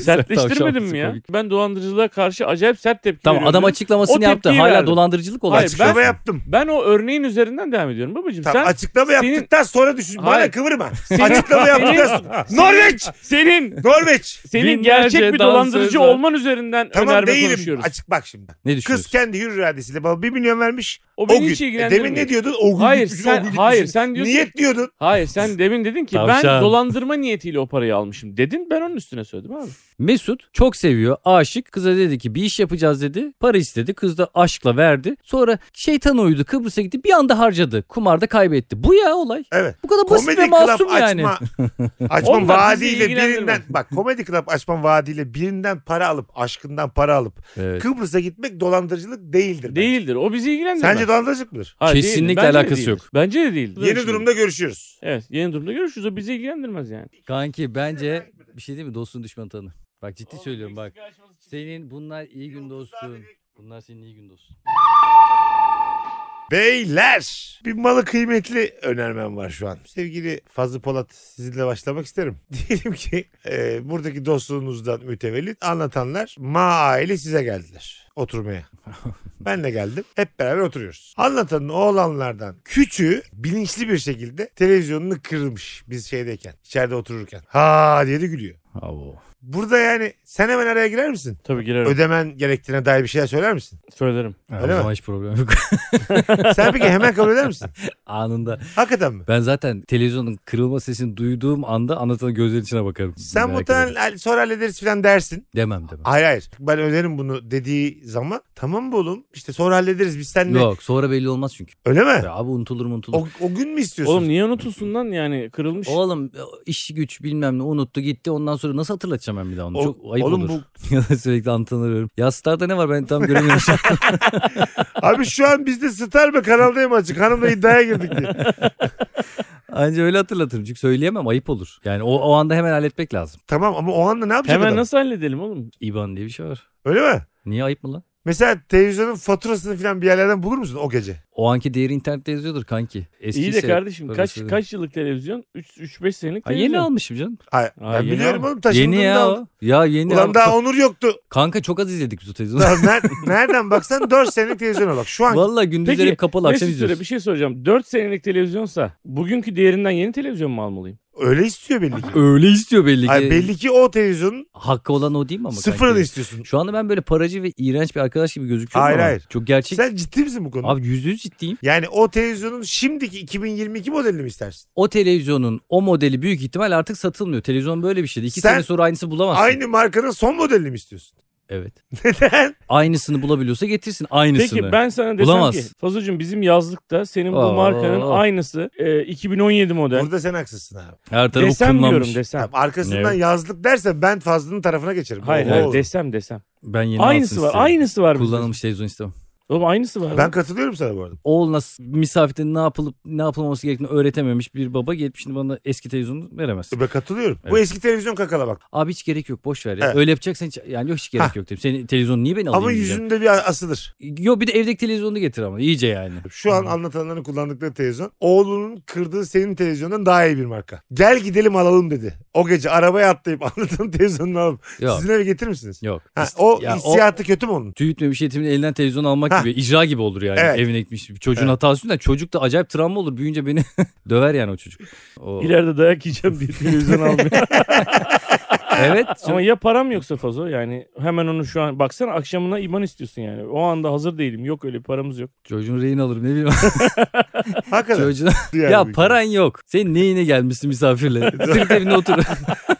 Sertleştirmedin mi ya? Komik. Ben dolandırıcılığa karşı acayip sert tepki Tamam veriyorum. adam değil mi? açıklamasını O yaptı. tepkiyi Hala verdim. dolandırıcılık olarak. Hayır, açıklama ben- yaptım. Ben o örneğin üzerinden devam ediyorum babacığım. Tamam, Sen açıklama senin- yaptıktan sonra düşün. Bana Hayır. kıvırma. açıklama yaptıktan sonra. Norveç! senin Norveç! senin Binlerce gerçek bir dansöz dolandırıcı var. olman üzerinden Tamam önerme değilim. konuşuyoruz. Açık bak şimdi. Ne Kız düşünüyorsun? kendi hür iradesiyle bana 1 milyon vermiş. o O, beni gün. hiç E, ilgilendirmiyor. demin ne diyordun? O gün Hayır gitmişsin, o sen gün hayır gitmişsin. sen diyorsun Niyet diyordun. Hayır sen demin dedin ki ben Tavşan. dolandırma niyetiyle o parayı almışım dedin. Ben onun üstüne söyledim abi. Mesut çok seviyor. Aşık. Kıza dedi ki bir iş yapacağız dedi. Para istedi. Kız da aşkla verdi. Sonra şeytan uydu. Kıbrıs'a gitti. Bir anda harcadı. Kumarda kaybetti. Bu ya olay. Evet. Bu kadar basit Komedi ve masum club yani. açma, açma Onlar bizi vaadiyle ilgilendirmez. birinden bak komedi club açma vaadiyle birinden para alıp aşkından para alıp Evet. Kıbrıs'a gitmek dolandırıcılık değildir. bence. Değildir. O bizi ilgilendirmez. Sence dolandırıcılık mıdır? Hayır, Kesinlikle değildir. Bence de alakası değildir. yok. Bence de değildir. Yeni durumda görüşüyoruz. Evet yeni durumda görüşürüz. O bizi ilgilendirmez yani. Kanki bence bir şey değil mi? Dostun düşman tanı. Bak ciddi söylüyorum bak. Senin bunlar iyi gün dostun. Bunlar senin iyi gün dostun. Beyler bir malı kıymetli önermem var şu an. Sevgili Fazlı Polat sizinle başlamak isterim. Diyelim ki e, buradaki dostluğunuzdan mütevellit anlatanlar ma aile size geldiler oturmaya. Ben de geldim. Hep beraber oturuyoruz. Anlatanın oğlanlardan küçüğü bilinçli bir şekilde televizyonunu kırmış biz şeydeyken içeride otururken. Ha diye de gülüyor. Abo. Burada yani sen hemen araya girer misin? Tabii girerim. Ödemen gerektiğine dair bir şeyler söyler misin? Söylerim. Ha, Öyle o mi? zaman hiç problem yok. Sen peki hemen kabul eder misin? Anında. Hakikaten mi? Ben zaten televizyonun kırılma sesini duyduğum anda anlatanın gözlerinin içine bakarım. Sen Merak muhtemelen ederim. "Hal- sonra hallederiz falan dersin. Demem demem. Hayır hayır. Ben öderim bunu dediği zaman tamam be oğlum işte sonra hallederiz biz seninle. Yok sonra belli olmaz çünkü. Öyle mi? Ya abi unutulur mu unutulur. O, o gün mü istiyorsun? Oğlum niye unutulsun lan yani kırılmış. Oğlum e, iş güç bilmem ne unuttu gitti ondan sonra nasıl hatırlatacağım ben bir daha onu O- çok ayıp oğlum olur. Ya da sürekli antenler arıyorum. Yaslarda ne var ben tam göremiyorum. şu an. Abi şu an bizde star mı kanaldayım açık hanımla iddiaya girdik diye. Anca öyle hatırlatırım çünkü söyleyemem ayıp olur. Yani o, o anda hemen halletmek lazım. Tamam ama o anda ne yapacak Hemen adam? nasıl halledelim oğlum? İban diye bir şey var. Öyle mi? Niye ayıp mı lan? Mesela televizyonun faturasını falan bir yerlerden bulur musun o gece? O anki değeri internette yazıyordur kanki. Eski İyi de kardeşim kaç parası. kaç yıllık televizyon? 3 3 5 senelik Ha, yeni televizyon. almışım canım. Hayır. Aa, ben yeni biliyorum abi. oğlum taşındığında. yeni ya o. Ya yeni. Ulan al- daha onur yoktu. Kanka çok az izledik biz o televizyonu. Lan ner- nereden baksan 4 senelik televizyona bak. Şu an Valla gündüzleri Peki, hep kapalı akşam Mesut Süre, izliyoruz. bir şey soracağım. 4 senelik televizyonsa bugünkü değerinden yeni televizyon mu almalıyım? öyle istiyor belli ki. Öyle istiyor belli ki. Ay, belli ki o televizyonun Hakkı olan o değil mi ama sıfırını kanki? istiyorsun. Şu anda ben böyle paracı ve iğrenç bir arkadaş gibi gözüküyorum Hayır, ama hayır. çok gerçek. Sen ciddi misin bu konuda? Abi yüzde yüz ciddiyim. Yani o televizyonun şimdiki 2022 modelini mi istersin? O televizyonun o modeli büyük ihtimal artık satılmıyor. Televizyon böyle bir şeydi. İki Sen- sene sonra aynısı bulamazsın. Aynı markanın son modelini mi istiyorsun? Evet. Neden? Aynısını bulabiliyorsa getirsin aynısını. Peki ben sana desem Bulamaz. ki Fazucuğum bizim yazlıkta senin bu Oo. markanın aynısı e, 2017 model. Burada sen haksızsın abi. Her tarafı desem diyorum kumlanmış. desem. Tamam, arkasından Ne? yazlık dersen ben fazlının tarafına geçerim. Hayır Oo. hayır desem desem. Ben yeni aynısı alsın var isterim. aynısı var. bizim. Kullanılmış televizyon istemem. Oğlum aynısı var. Ben katılıyorum sana bu arada. Oğluna s- misafirde ne yapılıp ne yapılmaması gerektiğini öğretememiş bir baba gelip şimdi bana eski televizyonu veremez. Ben katılıyorum. Bu Evet. eski televizyon kakala bak. Abi hiç gerek yok boş ver ya. Evet. Öyle yapacaksan hiç, yani yok hiç gerek Ha. yok dedim. Senin televizyonu niye ben alayım Ama diyeceğim. yüzünde bir asılır. Yok bir de evdeki televizyonu getir ama iyice yani. Şu an anlatanların kullandıkları televizyon oğlunun kırdığı senin televizyondan daha iyi bir marka. Gel gidelim alalım dedi. O gece arabaya atlayıp anlatanın televizyonunu alalım. Yok. Sizin eve getirir misiniz? Yok. Ha, o Ya o- hissiyatı kötü mü onun? Tüy bitmemiş yetimin elinden televizyon almak Ha. gibi icra gibi olur yani Evet. evine gitmiş bir çocuğun Evet. hatası yüzünden çocuk da acayip travma olur büyüyünce beni döver yani o çocuk. O... İleride dayak yiyeceğim diye televizyon almıyorum. evet. Ama ya param yoksa Fazo yani hemen onu şu an baksana akşamına iman istiyorsun yani. O anda hazır değilim yok öyle paramız yok. Çocuğun rehin alırım ne bileyim. Hakikaten. Çocuğun... yani ya bu- paran yok. Senin neyine gelmişsin misafirle? Sırt evine otur.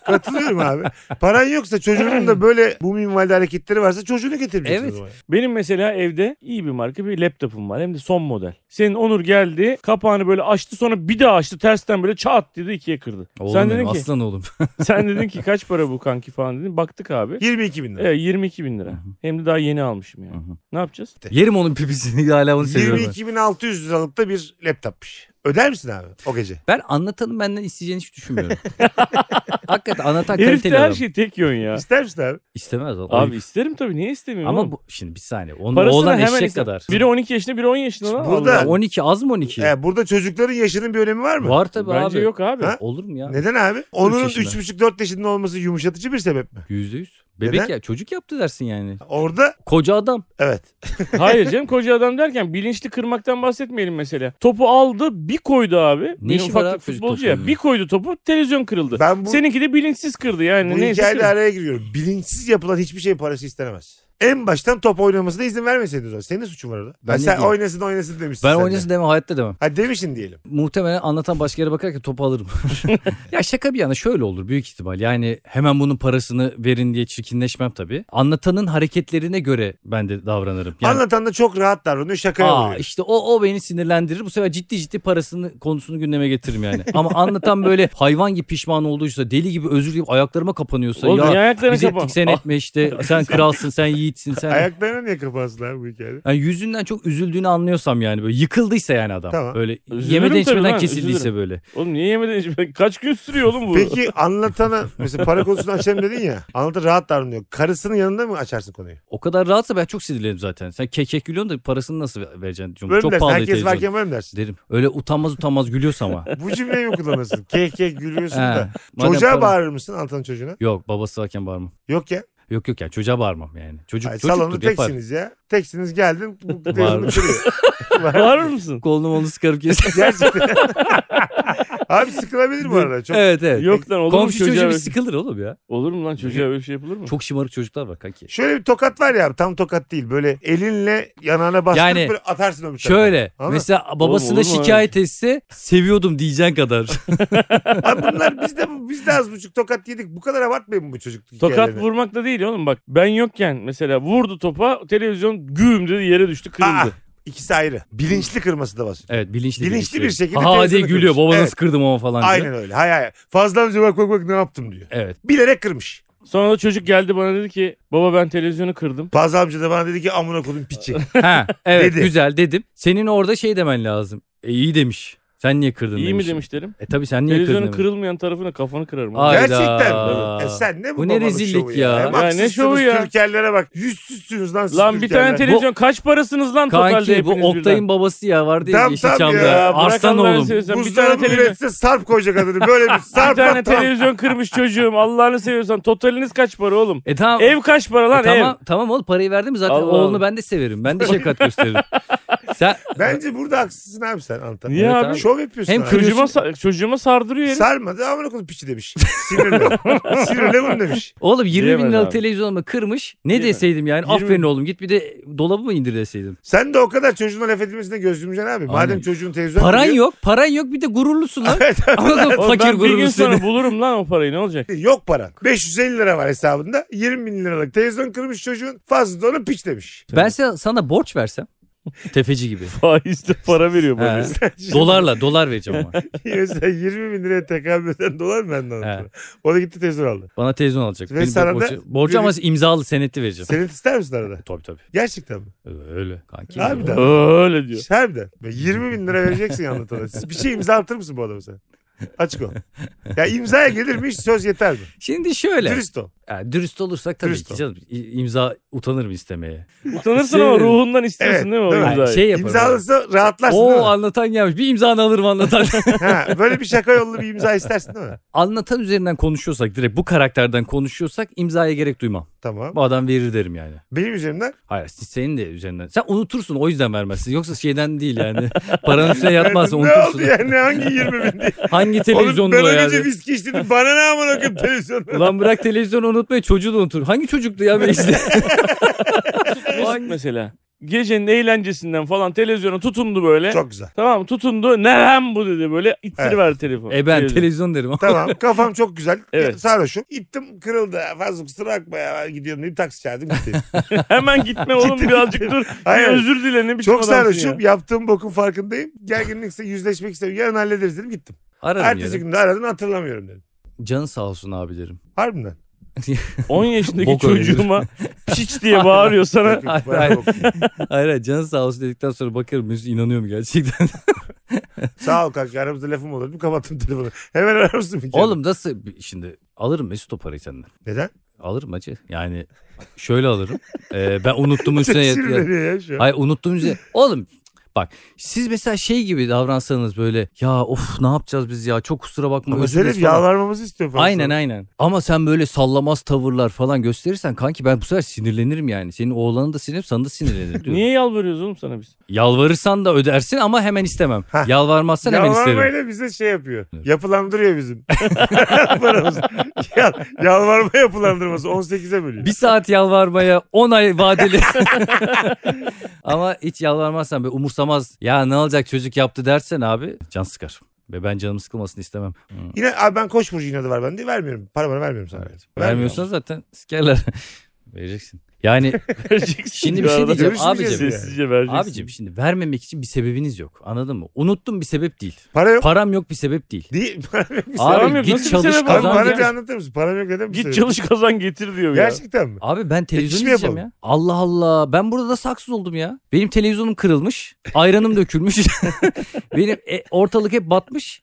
Katılıyorum abi. Paran yoksa çocuğunun da böyle bu minvalde hareketleri varsa çocuğunu getirmeyeceksin Evet. o zaman. Benim mesela evde iyi bir marka bir laptopum var hem de son model. Senin Onur geldi kapağını böyle açtı sonra bir daha açtı tersten böyle çat dedi ikiye kırdı. Oğlum sen benim dedin ki aslan oğlum. sen dedin ki kaç para bu kanki falan dedin. Baktık abi. 22 bin lira. Evet, 22 bin lira. Hem de daha yeni almışım yani. Hı hı. Ne yapacağız? Yerim onun pipisini hala onu seviyorum. ben. 22.600 liralıkta bir laptopmuş. Öder misin abi o gece? Ben anlatanın benden isteyeceğini hiç düşünmüyorum. Hakikaten anlatan Herif kaliteli de adam. her şey tek yön ya. İster misin abi? İstemez adam. Abi isterim tabii niye istemiyorum Ama oğlum? bu, şimdi bir saniye. Onun Parasını oğlan hemen eşek iste- kadar. Biri 12 yaşında biri 10 yaşında lan. Burada- Allah Allah. 12 az mı 12? Ee, burada çocukların yaşının bir önemi var mı? Var tabii Bence abi. yok abi. Ha? Olur mu ya? Neden abi? Onun yaşında. 3,5-4 yaşında olması yumuşatıcı bir sebep mi? Yüzde yüz. Bebek Neden? ya çocuk yaptı dersin yani. Orada Koca adam. evet. Hayır canım koca adam derken bilinçli kırmaktan bahsetmeyelim mesela. Topu aldı bir koydu abi. Ne Benim işi var abi ufaklık çocuk futbolcu ya. topunun? Bir koydu topu televizyon kırıldı. Ben bu, Seninki de bilinçsiz kırdı yani. bu Neyse hikayede kırdı. araya giriyorum. Bilinçsiz yapılan hiçbir şeyin parası istenemez. En baştan top oynamasına izin vermeseydiniz. o zaman. Senin de suçun var orada. Ben Ha, ne sen diyeyim? oynasın oynasın demişsin. Ben sen de. oynasın deme hayatta demem. Ha demişsin diyelim. Muhtemelen anlatan başka yere bakarken topu alırım. ya şaka bir yana şöyle olur büyük ihtimal. Yani hemen bunun parasını verin diye çirkinleşmem tabii. Anlatanın hareketlerine göre ben de davranırım. Yani, Anlatan da çok rahat davranıyor şakaya Aa, vuruyor. işte o, o beni sinirlendirir. Bu sefer ciddi ciddi parasını konusunu gündeme getiririm yani. Ama anlatan böyle hayvan gibi pişman olduysa deli gibi özür dileyip ayaklarıma kapanıyorsa Oğlum ya niye Ah. ayaklarını Biz kapa. ettik sen etme işte. Sen kralsın sen yiğitsin sen. Ayaklarına niye kapansın abi bu hikayede? Yani yüzünden çok üzüldüğünü anlıyorsam yani böyle yıkıldıysa yani adam. Tamam. Böyle Üzülürüm yemeden tabii içmeden lan, kesildiyse üzülürüm. böyle. Oğlum niye yemedin? Kaç gün sürüyor oğlum bu? Peki anlatana mesela para konusunu açalım dedin ya. Anlatan rahat davranıyor. Karısının yanında mı açarsın konuyu? O kadar rahatsa ben çok sinirlenirim zaten. Sen kekek gülüyorsun da parasını nasıl vereceksin? Çünkü Bölüm çok dersin. pahalı Herkes televizyon. varken bölüm dersin. Derim. Öyle utanmaz utanmaz gülüyorsa ama. Bu cümleyi mi kullanırsın? Keh keh gülüyorsun da. He. Madem Çocuğa para- bağırır mısın Antan'ın çocuğuna? Yok babası varken bağırmam. Yok ya. Yok yok yani çocuğa bağırmam yani. Çocuk Ay, salonda çocuktur yapar. teksiniz ya. Teksiniz geldin. Bu televizyonu kırıyor. Bağırır mısın? Kolunu onu sıkarıp keser. Gerçekten. Abi sıkılabilir bu arada. Çok... evet evet. Yok lan olur mu Komşu çocuğa? çocuğu bir Öyle... sıkılır oğlum ya. Olur mu lan çocuğa öyle şey yapılır mı? Çok şımarık çocuklar var kanki. Şöyle bir tokat var ya abi, tam tokat değil. Böyle elinle yanağına bastırıp Yani böyle atarsın öbür tarafa. Şöyle Ama- mesela babasına olur mu öyle şikayet etse seviyordum diyeceğin kadar. Abi bunlar biz de, biz de az buçuk tokat yedik. Bu kadar abartmayın bu çocukluk Tokat hikayelerini. vurmak da değil oğlum bak. Ben yokken mesela vurdu topa televizyon güm dedi yere düştü Aa, Ah! kırıldı. ikisi ayrı. Bilinçli kırması da basıyor. evet bilinçli. Bilinçli bilinçli. bir şekilde Ha diye televizyona gülüyor kırmış. baba Evet. nasıl kırdım ama falan diyor. Aynen öyle. Hay hay. Fazla önce bak bak bak ne yaptım diyor. Evet. Bilerek kırmış. Sonra da çocuk geldi bana dedi ki baba ben televizyonu kırdım. Fazla amca da bana dedi ki amına kodum piçi. Ha evet Dedi. güzel dedim. Senin orada şey demen lazım. E, iyi demiş. Sen niye kırdın İyi mi demişim. demiş derim. E tabii sen niye kırdın Televizyonun demiş. kırılmayan tarafına kafanı kırarım. Ay. Hayda. Gerçekten mi? Ya sen ne bu, Bu ne babalık rezillik şovu ya? Hem Ya ne haksızsınız, şovu ya? Türkerlere bak. Yüzsüzsünüz lan siz Lan bir tane Türkerler. televizyon kaç parasınız lan totalde Kanki bu hepiniz birden? Oktay'ın babası ya vardı ya Tam, tam ya. Yeşilçam'da. Bırak Arslan Allah'ını oğlum. seviyorsan bir tane Buzdolabı televizyon. üretse sarp koyacak adını. Böyle bir Bir sarp tane atar. televizyon kırmış çocuğum. Allah'ını seviyorsan totaliniz kaç para oğlum? E tamam. Ev kaç para lan E tamam, ev? tamam oğlum parayı verdim zaten Allah oğlunu Allah. ben de severim. Ben de şefkat gösteririm. Sen Bence burada haksızsın abi sen Antalya. Niye Evet abi? abi. Şov yapıyorsun Hem abi. kırıyor- Çocuğuma, sa- çocuğuma sardırıyor herif. Sarmadı amına koyayım piçi demiş. Sinirle. Sinirle bunu demiş. oğlum 20 bin Diyemez liralık abi. televizyonumu kırmış. Ne Değil mi? deseydim yani? 20 Aferin oğlum git bir de dolabı mı indir deseydim. Sen de o kadar çocuğuna laf edilmesine göz yumacaksın abi. Madem Aynen. çocuğun televizyon Paran görüyor- yok. Paran yok bir de gururlusun lan. Anladın mı? Oğlum Fakir ben bir gün gururlu sonra seni. bulurum lan o parayı ne olacak? Yok paran. 550 lira var hesabında. 20 bin liralık televizyon kırmış çocuğun. Fazla da onu piç demiş. Ben sana, sana borç versem. Tefeci gibi. Faizle para veriyor bu He. herif. Dolarla dolar vereceğim ama. Mesela 20 bin liraya tekabül eden dolar mı benden He. sonra? O da gitti televizyon aldı. Bana televizyon alacak. Ve Benim sana da borcu, borcu ama imzalı senetli vereceğim. Senin ister misin arada? Tabii tabii. Gerçekten mi? Öyle kanki. Abi de. Öyle diyor. Harbiden. Böyle 20 bin lira vereceksin anlatana. Siz Bir şey imza atır mısın bu adama sen? Açık ol. Ya imzaya gelir mi hiç söz yeter mi? Şimdi şöyle. Dürüst, Dürüst ol. dürüst olursak tabii Dürüst ki ol. canım i- imza utanır mı istemeye? Utanırsın ama Şey- ruhundan istiyorsun Evet, değil mi o değil mi? Yani imzayı? şey yaparım. İmzalısı rahatlarsın O değil mi? anlatan gelmiş. Bir imzanı alırım anlatan. Ha, böyle bir şaka yollu bir imza istersin değil mi? anlatan üzerinden konuşuyorsak direkt bu karakterden konuşuyorsak imzaya gerek duymam. Tamam. Bu adam verir derim yani. Benim üzerimden Hayır siz- senin de üzerinden. Sen unutursun o yüzden vermezsin. Yoksa şeyden değil yani. Paranın üstüne yatmazsın ne oldu unutursun. yani hangi 20 bin diye. Hangi Oğlum televizyonda ben o o yani? gece viski içtim. Bana ne aman okuyup televizyonda. Ulan bırak televizyonu unutmayı çocuğu da unutur. Hangi çocuktu ya Beyzli? Mesut mesela. Gecenin eğlencesinden falan televizyona tutundu böyle. Çok güzel. Tamam tutundu. Nerem bu dedi böyle. İttiriverdi telefon. e ben Televizyon. televizyon derim. Tamam kafam çok güzel. Evet. Sarhoşum. İttim kırıldı. Fazla kusura bakma ya. Gidiyorum diye taksi çağırdım gittim. Hemen gitme oğlum birazcık dur. Bir Hayır. özür dile ne biçim Çok adamsın sarhoşum. ya. Yaptığım bokun farkındayım. Gerginlikse yüzleşmek istemiyorum. Yarın hallederiz dedim gittim. Ararım Ertesi yarın. gün de aradın hatırlamıyorum dedim. Canı sağ olsun abi derim. Harbiden. 10 yaşındaki Bok öyle. çocuğuma piç diye bağırıyor sana. Yok, Hayır, yok, bayağı bok. Hayır hayır canı sağ olsun dedikten sonra bakarım müziğe inanıyor mu gerçekten? Sağ ol kanka aramızda lafım olur. Bir kapattım telefonu. Hemen arar mısın bir kere? Oğlum nasıl şimdi alırım Mesut o parayı senden. Neden? Alırım acı. Yani şöyle alırım. Ee, ben unuttum üstüne yat- Sinirleniyor ya şu an. Hayır unuttum üstüne. Oğlum bak siz mesela şey gibi davransanız böyle ya of ne yapacağız biz ya çok kusura bakma. Ama özür Zeynep dileriz falan." yalvarmamızı istiyor falan. Aynen aynen. Ama sen böyle sallamaz tavırlar falan gösterirsen kanki ben bu sefer sinirlenirim yani. Senin oğlanın da sinirlenir, sana da sinirlenir. diyorum. Niye yalvarıyoruz oğlum sana biz? Yalvarırsan da ödersin ama hemen istemem. Hah. Yalvarmazsan hemen isterim. Yalvarmayla bize şey yapıyor. Evet. Yapılandırıyor bizim. Paramızı. Yal, yalvarma yapılandırması 18'e bölüyor. Bir saat yalvarmaya 10 ay vadeli. ama hiç yalvarmazsan böyle umursamaz. Ya ne olacak çocuk yaptı dersen abi can sıkar. Ve ben canım sıkılmasını istemem. Yine abi ben koç burcu inadı var bende vermiyorum. Para bana vermiyorum sana. Vermiyorsan zaten sikerler. Vereceksin. Yani Vereceksin Şimdi bu bir şey arada. diyeceğim Görüşmeyeceğiz abicim. yani. Sessizce vereceksin. Abicim şimdi vermemek için bir sebebiniz yok. Anladın mı? Unuttum bir sebep değil. Para yok. Param yok bir sebep değil. Değil. Para yok. sebep Abi yok. Nasıl git bir çalış sebep var? Abi kazan. bana ya. bir anlatır mısın? Para yok neden bu Git sebep? çalış kazan getir diyor ya. Gerçekten mi? Abi ben televizyon hiç mi izleyeceğim yapalım? ya. Allah Allah. Ben burada da saksız oldum ya. Benim televizyonum kırılmış. Ayranım dökülmüş. Benim e, ortalık hep batmış.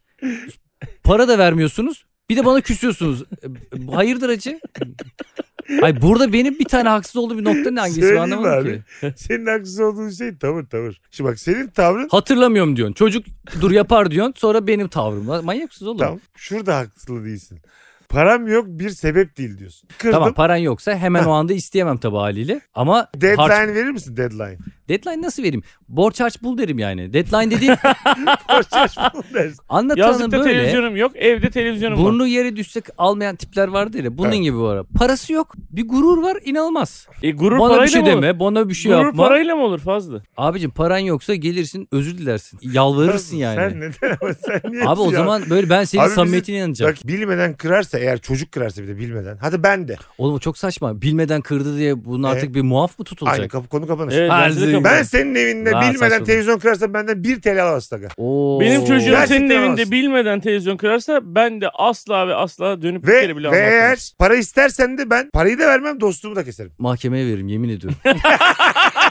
Para da vermiyorsunuz. Bir de bana küsüyorsunuz. E, Hayırdır acı? Ay burada benim bir tane haksız olduğum bir nokta ne hangisi ben Söyleyeyim anlamadım abi. ki. Senin haksız olduğun şey tavır tavır. Şimdi bak senin tavrın Hatırlamıyorum diyorsun. Çocuk dur yapar diyorsun. Sonra benim tavrım. Lan Manyaksız oğlum. Tamam. Şurada haklı değilsin. Param yok bir sebep değil diyorsun. Kırdım. Tamam paran yoksa hemen o anda isteyemem tabii haliyle. Ama Deadline harç- verir misin deadline? deadline nasıl vereyim? Borç harç bul derim yani. Deadline dediğim Borçlaş bunu dersin. anlatanın Yazlıkta böyle televizyonum yok, evde televizyonum var. burnu yere düşsek almayan tipler vardır ya. Bunun Evet. gibi bu ara. Parası yok. Bir gurur var inanılmaz. E gurur bana parayla bir şey mı olur? deme. Bana bir şey gurur yapma. parayla mı olur fazla? Abicim paran yoksa gelirsin özür dilersin. Yalvarırsın yani. Sen neden ama sen niye? Abi o ya? zaman böyle ben senin Abi bizim- samimiyetine inanacağım. Bak bilmeden kırarsa eğer çocuk kırarsa bir de bilmeden. Hadi ben de. Oğlum o çok saçma. Bilmeden kırdı diye bunun artık bir muaf mı tutulacak? Aynı kapı, konu kapanır. Evet, Her ben size zengin. kabul- Ben senin evinde Lan bilmeden saçma. televizyon kırarsa benden bir TL alamazsın. aga. Oo. Benim çocuğum Gerçekten senin olmaz. evinde bilmeden televizyon kırarsa ben de asla ve asla dönüp bir Ve, kere bile ve anlatmam. eğer para istersen de ben parayı da vermem dostumu da keserim. mahkemeye veririm yemin ediyorum.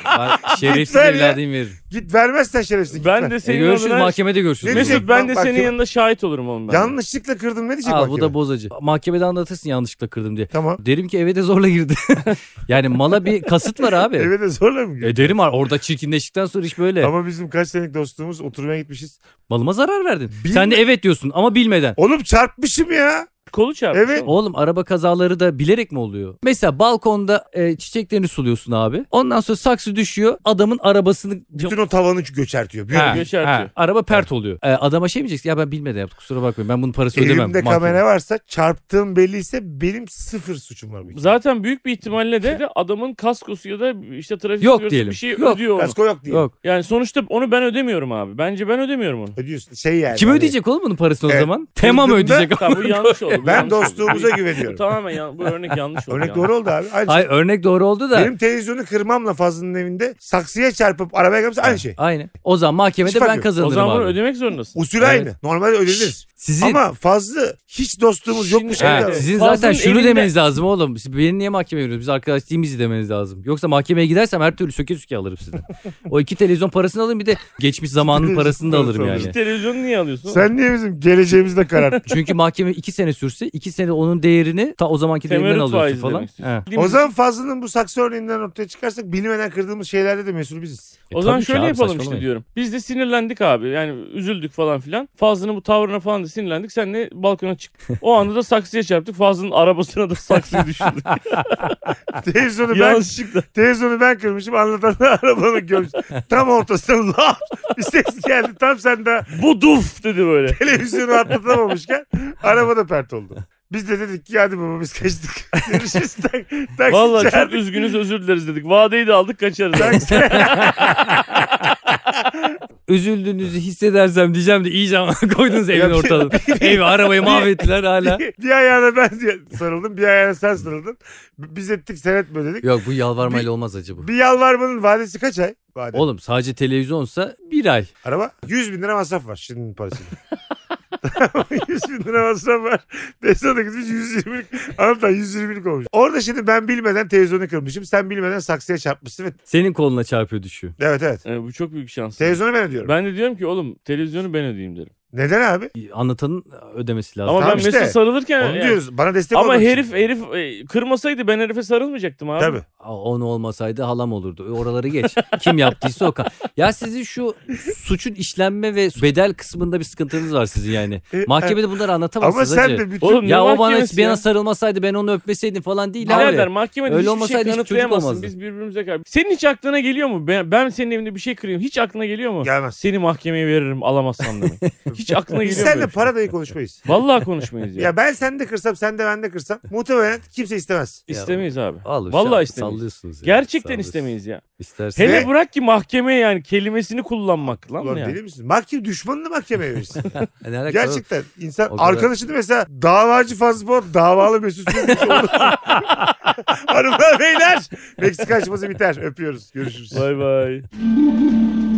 Ben şerefsiz Lütfen ya. evladıyım veririm. Git vermezsen şerefsizlik. Ben git ver. de E senin görüşürüz adına... mahkemede görüşürüz. Ne Mesut, Mesut ben de Mahkeme- senin yanında şahit olurum ondan. Yanlışlıkla kırdım ne diyecek Aa, bu mahkeme? da bozacı. Mahkemede anlatırsın yanlışlıkla kırdım diye. Tamam. Derim ki eve de zorla girdi. yani mala bir kasıt var abi. Eve de zorla mı girdin? E derim var orada çirkinleştikten sonra iş böyle. Ama bizim kaç senelik dostluğumuz oturmaya gitmişiz. Malıma zarar verdin. Bilme- Sen de evet diyorsun ama bilmeden. Oğlum çarpmışım ya. Kolu çarpmış. Evet. oğlum. Oğlum araba kazaları da bilerek mi oluyor? Mesela balkonda e, çiçeklerini suluyorsun abi. Ondan sonra saksı düşüyor. Adamın arabasını Bütün şey o tavanı göçertiyor. Büyük Ha, Göçertiyor. ha. Araba pert oluyor. E, adama şey mi diyeceksin? Ya ben bilmeden yaptım. Kusura bakmayın. Ben bunun parasını ödemem. Elimde Mahkeme. kamera varsa çarptığım belliyse benim sıfır suçum var. bu işte. Zaten büyük bir ihtimalle de adamın kaskosu ya da işte trafik Yok sigortası diyelim. bir şey Yok. ödüyor onu. Kasko yok diye. Yok. Yani sonuçta onu ben ödemiyorum abi. Bence ben ödemiyorum onu. Ödüyorsun. Şey yani. Kim hani- ödeyecek oğlum bunun parasını Evet. o zaman? Temam Kırdığında- ödeyecek. Tamam bu yanlış oldu. bu Ben yanlış oldu. dostluğumuza Bu- Bu güveniyorum. tamamen yan- bu örnek yanlış oldu. Örnek yani. doğru oldu abi. Aynı Ay örnek doğru oldu da. Benim televizyonu kırmamla Fazlı'nın evinde saksıya çarpıp arabaya kalmışsa aynı şey. Aynen. O zaman Hiç mahkemede fark ben yok. kazanırım O zaman abi. bunu ödemek zorundasın. Usul Evet. aynı. Normalde ödenir. Sizin Ama Fazlı hiç dostluğumuz yokmuş gibi Şimdi- Ha, Evet. davranıyor. sizin zaten Fazlının şunu elinde- demeniz lazım oğlum. Siz beni niye mahkemeye veriyorsunuz? Biz arkadaş değil miyiz demeniz lazım. Yoksa mahkemeye gidersem her türlü söke söke alırım sizden. o iki televizyon parasını alırım bir de geçmiş zamanın parasını da alırım yani. Biz televizyonu niye alıyorsun? Sen niye bizim geleceğimizi de kararttın? Çünkü mahkeme iki sene sürse iki sene onun değerini ta o zamanki değerinden temerrüt alıyorsun faizi falan. falan. He. o E, zaman Fazlı'nın bu saksı örneğinden ortaya çıkarsak bilmeden kırdığımız şeylerde de mesul biziz. E O zaman tabii ki şöyle abi, yapalım işte saçmalamayın. diyorum. Biz de sinirlendik abi. Yani üzüldük falan filan. Fazlı'nın bu tavrına falan da sinirlendik. Sen de balkona çık. O anda da saksıya çarptık. Fazlı'nın arabasına da saksıyı düşürdük. televizyonu ben Yanlışlıkla. televizyonu ben kırmışım anlatan da arabanı görmüş. Tam ortasına laf bir ses geldi. Tam sen de Bu duf dedi böyle. televizyonu atlatamamışken araba da pert oldu. Biz de dedik ki hadi baba biz kaçtık. Görüşürüz. Tak, taksi Vallahi çok çağırdık. üzgünüz özür dileriz dedik. Vadeyi de aldık kaçarız. Üzüldüğünüzü hissedersem diyeceğim de iyice ama koydunuz evin Ya bir- ortalığına. Evi arabayı mahvettiler hala. bir, bir ayağına ben sarıldım bir ayağına sen sarıldın. B- Biz ettik sen etme dedik. Yok bu yalvarmayla olmaz acı bu. Bir yalvarmanın vadesi kaç ay? Vade. Oğlum sadece televizyonsa bir ay. Araba 100 bin lira masraf var şimdi parası. 100 bin lira masraf var. Desana gitmiş 120'lik. Anlatan 120'lik olmuş. Orada şimdi ben bilmeden televizyonu kırmışım. Sen bilmeden saksıya çarpmışsın. Ve... Senin koluna çarpıyor düşüyor. Evet evet. Yani bu çok büyük şans. Televizyonu ben ödüyorum. Ben de diyorum ki oğlum televizyonu ben ödeyeyim derim. Neden abi? Anlatanın ödemesi lazım. Ama tamam ben işte. Mesut sarılırken... Onu yani- diyoruz. Bana destek Ama olmak için. herif herif e, kırmasaydı ben herife sarılmayacaktım abi. Tabii. Aa, Onu olmasaydı halam olurdu. E, Oraları geç. Kim yaptıysa o. ka- Ya sizin şu suçun işlenme ve bedel kısmında bir sıkıntınız var sizin yani. E, Mahkemede bunları Ama anlatamazsınız sen hacı. de bütün... Oğlum Ya ne o bana, mahkemesi ya? bana sarılmasaydı ben onu öpmeseydim falan değil abi. Birader mahkemede Öyle hiçbir şey olmasaydı hiç çocuk kanıtlayamazsın. olmazdı. Biz birbirimize karşı. Senin hiç aklına geliyor mu? Ben, ben senin evinde bir şey kırayım. Hiç aklına geliyor mu? Gelmez. Seni mahkemeye veririm alamazsan demek. hiç aklına Biz geliyor mu? seninle böyle para şey? dayı konuşmayız. Vallahi konuşmayız ya. Ya ben sen de kırsam sen de ben de kırsam muhtemelen kimse istemez. istemeyiz abi. Al, Vallahi şu- istemeyiz. Sallıyorsunuz ya. Gerçekten Sallıyorsunuz. istemeyiz ya. İstersen. Hele Ve- bırak ki mahkemeye yani kelimesini kullanmak lan Ulan ya. deli misin? Mahkeme düşmanını mahkemeye verirsin. Ha, ne alaka oğlum? Gerçekten insan O kadar- arkadaşını mesela davacı Fazlı Polat davalı Mesut şey Sürmüş olur. Hanımlar beyler Meksika açması biter. Öpüyoruz. Görüşürüz. Bay bay.